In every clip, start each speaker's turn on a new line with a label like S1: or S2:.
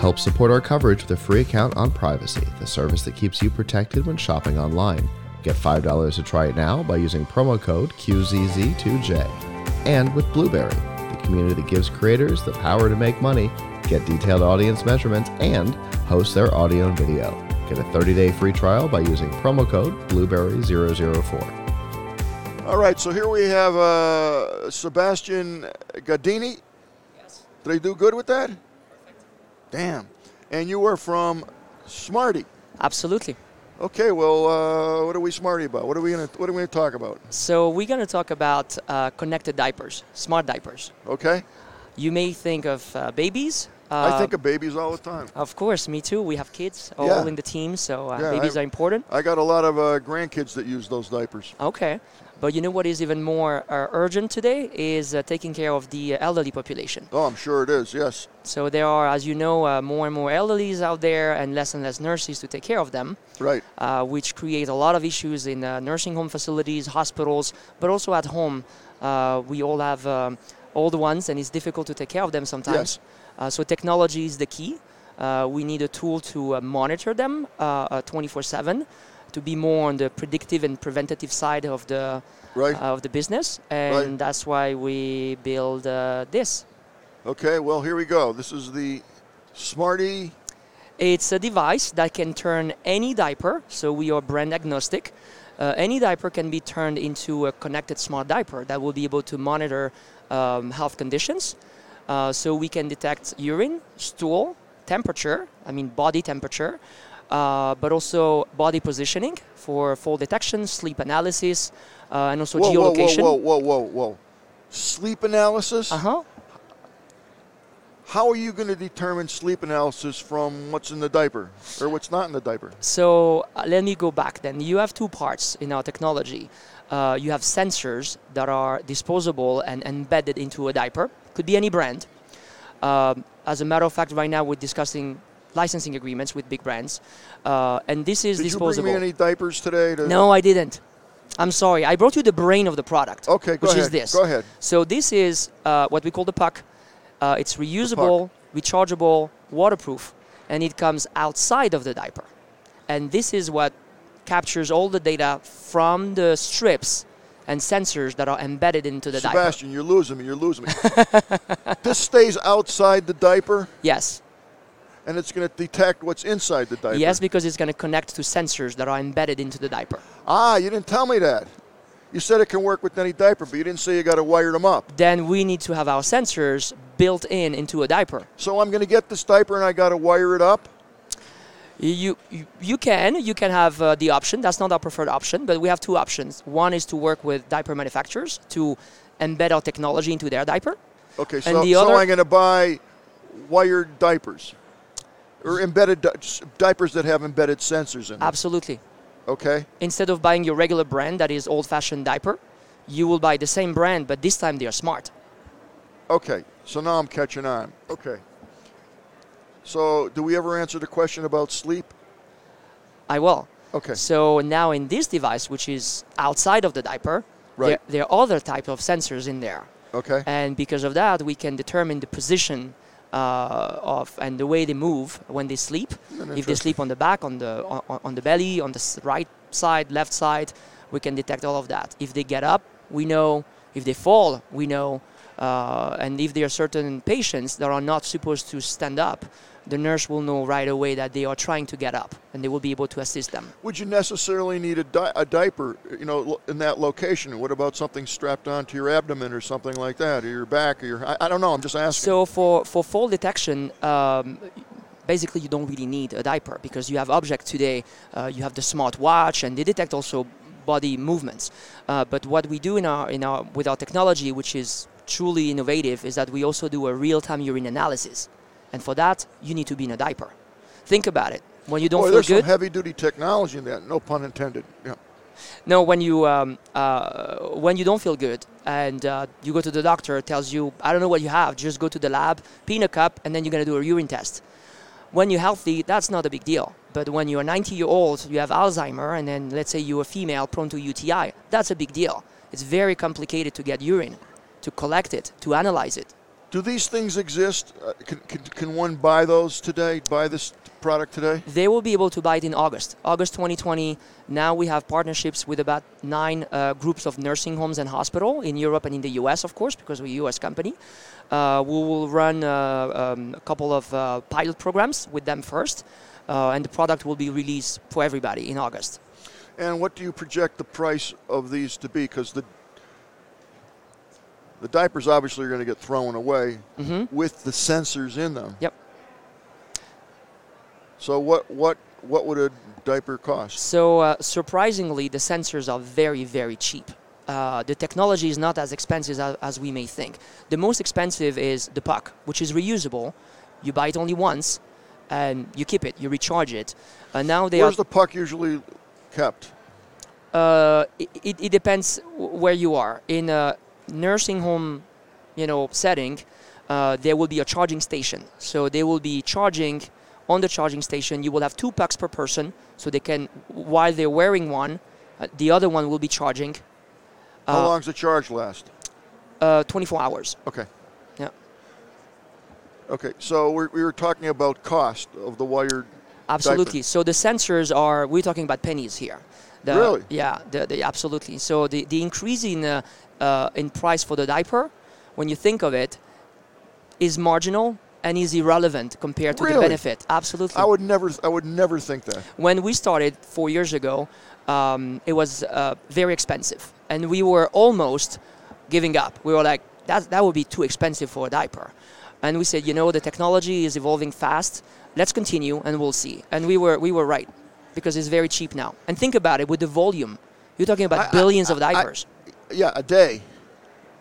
S1: Help support our coverage with a free account on Privacy, the service that keeps you protected when shopping online. Get $5 to try it now by using promo code QZZ2J. And with Blueberry, the community that gives creators the power to make money, get detailed audience measurements, and host their audio and video. Get a 30 day free trial by using promo code Blueberry004.
S2: All right, so here we have uh, Sebastian Gadini.
S3: Yes,
S2: Did I do good with that? Damn. And you were from Smarty.
S3: absolutely.
S2: Okay, well, uh, what are we Smarty about? What are we gonna What are we gonna talk about?
S3: So we're going to talk about uh, connected diapers, smart diapers.
S2: Okay,
S3: You may think of uh, babies. Uh,
S2: I think of babies all the time.
S3: of course, me too. We have kids all
S2: Yeah.
S3: in the team, so uh,
S2: Yeah,
S3: babies
S2: I-
S3: are important.
S2: I got a lot of uh, grandkids that use those diapers.
S3: Okay, but you know what is even more uh, urgent today is uh, taking care of the elderly population.
S2: Oh, I'm sure it is. Yes.
S3: So there are, as you know, uh, more and more elderlies out there, and less and less nurses to take care of them.
S2: Right.
S3: uh, which create a lot of issues in uh, nursing home facilities, hospitals, but also at home. Uh, we all have um, old ones, and it's difficult to take care of them sometimes. Uh, so technology is the key. Uh, we need a tool to uh, monitor them uh, 24 7 to be more on the predictive and preventative side of the uh,
S2: Right.
S3: of the business and
S2: Right.
S3: that's why we build uh, this
S2: Okay. Well, here we go. This is the Smarty.
S3: It's a device that can turn any diaper, so we are brand agnostic. Uh, any diaper can be turned into a connected smart diaper that will be able to monitor um, health conditions. Uh, so we can detect urine, stool, temperature, I mean body temperature, uh, but also body positioning for fall detection, sleep analysis, uh, and also
S2: Whoa, whoa,
S3: geolocation.
S2: whoa, whoa, whoa, whoa, whoa. Sleep analysis.
S3: Uh huh.
S2: How are you going to determine sleep analysis from what's in the diaper or what's not in the diaper?
S3: So uh, let me go back then. You have two parts in our technology. Uh, you have sensors that are disposable and embedded into a diaper, could be any brand. Um, as a matter of fact, right now we're discussing licensing agreements with big brands, uh, and this is
S2: Did
S3: disposable.
S2: you bring me any uh, diapers today? To
S3: no, I didn't. I'm sorry. I brought you the brain of the product.
S2: Okay, go
S3: which is
S2: ahead.
S3: this.
S2: Go ahead.
S3: So this is uh, what we call the puck. Uh, it's reusable, rechargeable, waterproof, and it comes outside of the diaper. And this is what captures all the data from the strips and sensors that are embedded into the diaper.
S2: Sebastian, you're losing me. You're losing me. this stays outside the diaper,
S3: Yes.
S2: and it's going to detect what's inside the diaper.
S3: Yes, because it's going to connect to sensors that are embedded into the diaper.
S2: Ah, you didn't tell me that. You said it can work with any diaper, but you didn't say you got to wire them up.
S3: Then we need to have our sensors built in into a diaper.
S2: So I'm going to get this diaper, and I got to wire it up.
S3: You, you you can you can have uh, the option. That's not our preferred option, but we have two options. One is to work with diaper manufacturers to embed our technology into their diaper.
S2: Okay,
S3: And
S2: so,
S3: the
S2: so
S3: other-
S2: I'm going to buy wired diapers or embedded di- s- diapers that have embedded sensors in them.
S3: Absolutely.
S2: Okay,
S3: Instead of buying your regular brand that is old-fashioned diaper, you will buy the same brand, but this time they are smart.
S2: okay. So now I'm catching on. Okay. So do we ever answer the question about sleep?
S3: I will.
S2: Okay.
S3: So now in this device, which is outside of the diaper,
S2: Right.
S3: there, there are other type of sensors in there.
S2: Okay.
S3: and because of that we can determine the position uh, of and the way they move when they sleep if they
S2: Interesting.
S3: sleep on the back on the on, on the belly on the s- right side left side we can detect all of that if they get up we know if they fall we know uh, and if there are certain patients that are not supposed to stand up the nurse will know right away that they are trying to get up and they will be able to assist them
S2: Would you necessarily need a, di- a diaper, uh, you know, lo- in that location? What about something strapped onto your abdomen or something like that, or your back, or your? I, I don't know. I'm just asking.
S3: So for, for fall detection, um, basically you don't really need a diaper because you have objects today. Uh, you have the smart watch, and they detect also body movements. Uh, but what we do in our, in our with our technology, which is truly innovative, is that we also do a real-time urine analysis, and for that you need to be in a diaper. Think about it. When you don't
S2: Boy,
S3: feel
S2: there's
S3: good,
S2: some heavy-duty technology in that. No pun intended. Yeah.
S3: no, when you um, uh, when you don't feel good and uh, you go to the doctor, tells you I don't know what you have, just go to the lab, pee in a cup, and then you're gonna do a urine test. When you're healthy, that's not a big deal. But when you're 90 year old, you have Alzheimer, and then let's say you're a female prone to UTI, that's a big deal. It's very complicated to get urine, to collect it, to analyze it,
S2: Do these things exist? Uh, can, can, can one buy those today? Buy this product today?
S3: They will be able to buy it in August, August 2020. Now we have partnerships with about nine uh, groups of nursing homes and hospital in Europe and in the U.S. of course, because we're a U.S. company. Uh, we will run um, a couple of pilot programs with them first, uh, and the product will be released for everybody in August.
S2: And what do you project the price of these to be? Because the the diapers obviously are going to get thrown away mm-hmm. with the sensors in them.
S3: Yep.
S2: So what what what would a diaper cost?
S3: So uh, surprisingly, the sensors are very very cheap. Uh, the technology is not as expensive as, as we may think. The most expensive is the puck, which is reusable. You buy it only once, and you keep it. You recharge it. And now they
S2: Where's
S3: are
S2: the puck usually kept?
S3: Uh, it, it, it, depends where you are. In a nursing home, you know, setting, uh, there will be a charging station. So they will be charging on the charging station. You will have two pucks per person, so they can while they're wearing one, uh, the other one will be charging.
S2: How
S3: Uh,
S2: long does the charge last?
S3: 24 uh, hours.
S2: Okay.
S3: Yeah.
S2: Okay. So we're, we were talking about cost of the wired
S3: Absolutely. So the sensors are, we're talking about pennies here. The,
S2: really?
S3: Yeah, the, the, absolutely. So the, the increase in, uh, uh, in price for the diaper, when you think of it, is marginal and is irrelevant compared to
S2: really?
S3: the benefit. Absolutely.
S2: I would never, I would never think that.
S3: When we started four years ago, um, it was uh, very expensive, and we were almost giving up. We were like, that, that would be too expensive for a diaper. And we said, you know, the technology is evolving fast let's continue and we'll see. And we were we were right because it's very cheap now. And think about it with the volume. You're talking about
S2: I-
S3: billions
S2: I-
S3: of
S2: I-
S3: diapers.
S2: Yeah, a day,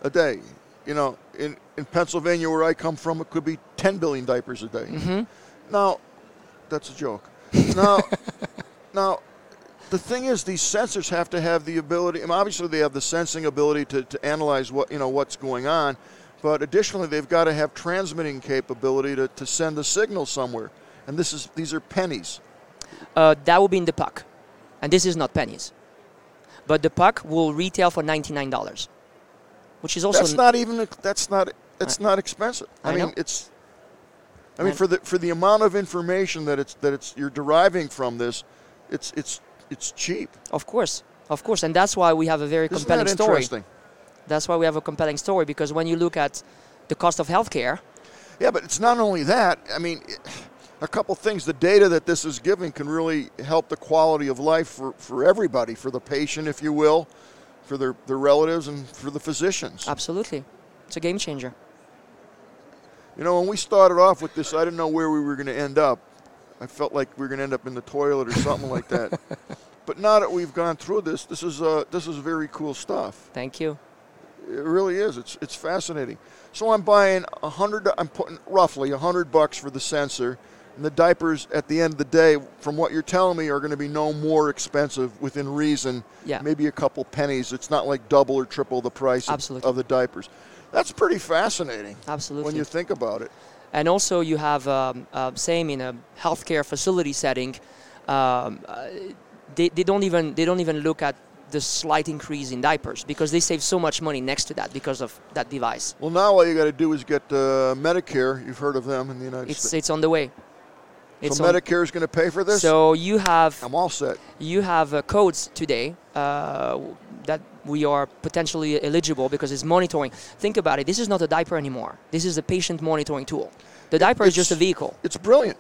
S2: a day. You know, in in Pennsylvania where I come from, it could be 10 billion diapers a day. Now, that's a joke. Now, now, the thing is, these sensors have to have the ability. And obviously, they have the sensing ability to, to analyze what you know what's going on. But additionally, they've got to have transmitting capability to, to send the signal somewhere. And this is these are pennies.
S3: Uh, that will be in the puck, and this is not pennies. But the puck will retail for ninety nine dollars, which is also
S2: That's not even. That's not. That's not expensive. I,
S3: I
S2: mean,
S3: know.
S2: it's. I mean,
S3: I-
S2: for the for the amount of information that it's that it's you're deriving from this, it's it's it's cheap.
S3: of course, of course, and that's why we have a very
S2: Isn't
S3: compelling
S2: that
S3: story.
S2: interesting?
S3: That's why we have a compelling story because when you look at the cost of healthcare,
S2: Yeah, but it's not only that. I mean, it- a couple things. The data that this is giving can really help the quality of life for, for everybody, for the patient, if you will, for their, their relatives, and for the physicians.
S3: absolutely, it's a game changer.
S2: You know, when we started off with this, I didn't know where we were going to end up. I felt like we were going to end up in the toilet or something like that. But now that we've gone through this, this is uh, this is very cool stuff.
S3: Thank you.
S2: It really is. It's it's fascinating. So I'm buying a hundred. I'm putting roughly a hundred bucks for the sensor, and the diapers at the end of the day, from what you're telling me, are going to be no more expensive within reason.
S3: Yeah.
S2: Maybe a couple pennies. It's not like double or triple the price of-
S3: Absolutely.
S2: of the diapers. That's pretty fascinating.
S3: Absolutely.
S2: When you think about it.
S3: and also you have um, uh, same in a healthcare facility setting um, uh, they, they don't even they don't even look at the slight increase in diapers because they save so much money next to that because of that device
S2: Well, now all you got to do is get uh, Medicare. You've heard of them in the United
S3: it's
S2: States.
S3: it's on the way it's
S2: so
S3: on-
S2: Medicare is going to pay for this.
S3: so you have
S2: I'm all set.
S3: you have uh, codes today uh, w- that we are potentially eligible because it's monitoring think about it this is not a diaper anymore this is a patient monitoring tool the diaper is just a
S2: It's-
S3: vehicle
S2: It's brilliant.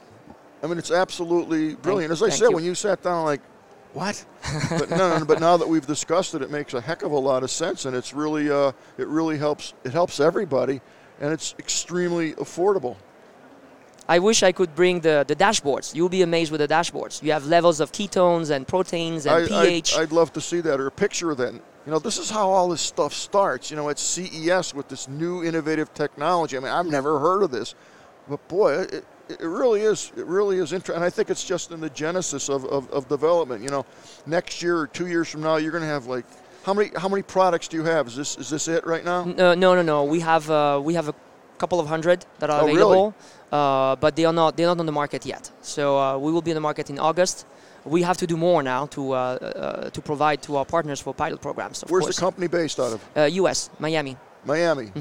S2: I mean, it's absolutely brilliant. As I
S3: thank
S2: said,
S3: you.
S2: when you sat down, like, what? but no, no, no, but now that we've discussed it, it makes a heck of a lot of sense, and it's really, uh, it really helps. It helps everybody, and it's extremely affordable.
S3: I wish I could bring the, the dashboards. You'll be amazed with the dashboards. You have levels of ketones and proteins and
S2: I,
S3: pH.
S2: I'd, I'd love to see that or a picture of that. You know, this is how all this stuff starts. You know, at CES with this new innovative technology. I mean, I've never heard of this, but boy, it, it really is. It really is interesting. And I think it's just in the genesis of, of, of development. You know, next year or two years from now, you're going to have like how many how many products do you have? Is this is this it right now?
S3: no, no, no, no. We have uh, we have a couple of hundred that are
S2: Oh, really?
S3: available, uh, but they are not they're not on the market yet. So uh, we will be on the market in August. We have to do more now to uh, uh, to provide to our partners for pilot programs. Of
S2: Where's the
S3: course.
S2: company based out of?
S3: uh, U.S. Miami.
S2: Miami.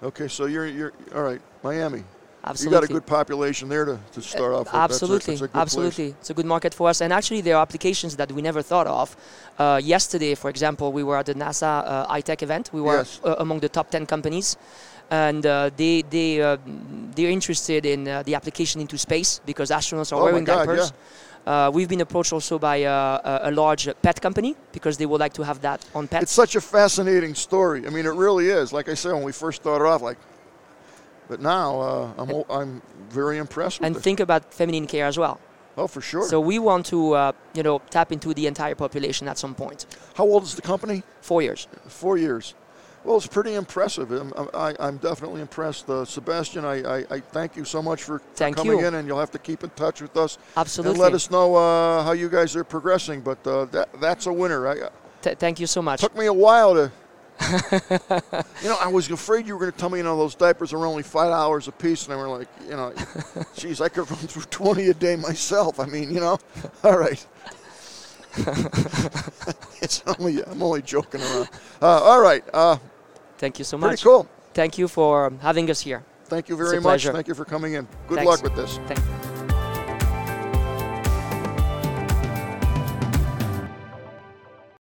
S2: Okay, so you're you're all right, Miami.
S3: Absolutely.
S2: You got a good population there to, to start off with. That's a-
S3: Absolutely,
S2: that's a good place.
S3: absolutely, it's a good market for us. And actually, there are applications that we never thought of. Uh, yesterday, for example, we were at the NASA uh, iTech event. We were
S2: Yes.
S3: uh, among the top ten companies, and uh, they they uh, they're interested in uh, the application into space because astronauts are
S2: Oh my
S3: wearing
S2: God,
S3: diapers. Uh, we've been approached also by uh, a, a large pet company because they would like to have that on pets.
S2: It's such a fascinating story. I mean, it really is. Like I said, when we first started off, like, but now uh, I'm o- I'm very impressed with
S3: and
S2: it.
S3: think about feminine care as well.
S2: oh, for sure.
S3: So we want to, uh, you know, tap into the entire population at some point.
S2: How old is the company?
S3: Four years.
S2: Four years. Well, it's pretty impressive. I'm, I, I'm definitely impressed. Uh, Sebastian, I, I, I thank you so much for, for
S3: Thank
S2: coming
S3: you.
S2: in, and you'll have to keep in touch with us.
S3: Absolutely.
S2: And let us know uh, how you guys are progressing. But uh, that, that's a winner. I,
S3: Th- thank you so much.
S2: took me a while to. you know, I was afraid you were going to tell me, you know, those diapers are only five dollars a piece, and I were like, you know, geez, I could run through twenty a day myself. I mean, you know, all right. it's only I'm only joking around. Uh, all right, uh,
S3: Thank you so
S2: pretty
S3: much.
S2: cool.
S3: Thank you for having us here.
S2: Thank you
S3: It's a
S2: very much.
S3: pleasure.
S2: Thank you for coming in. Good
S3: Thanks.
S2: luck with this.
S3: Thank-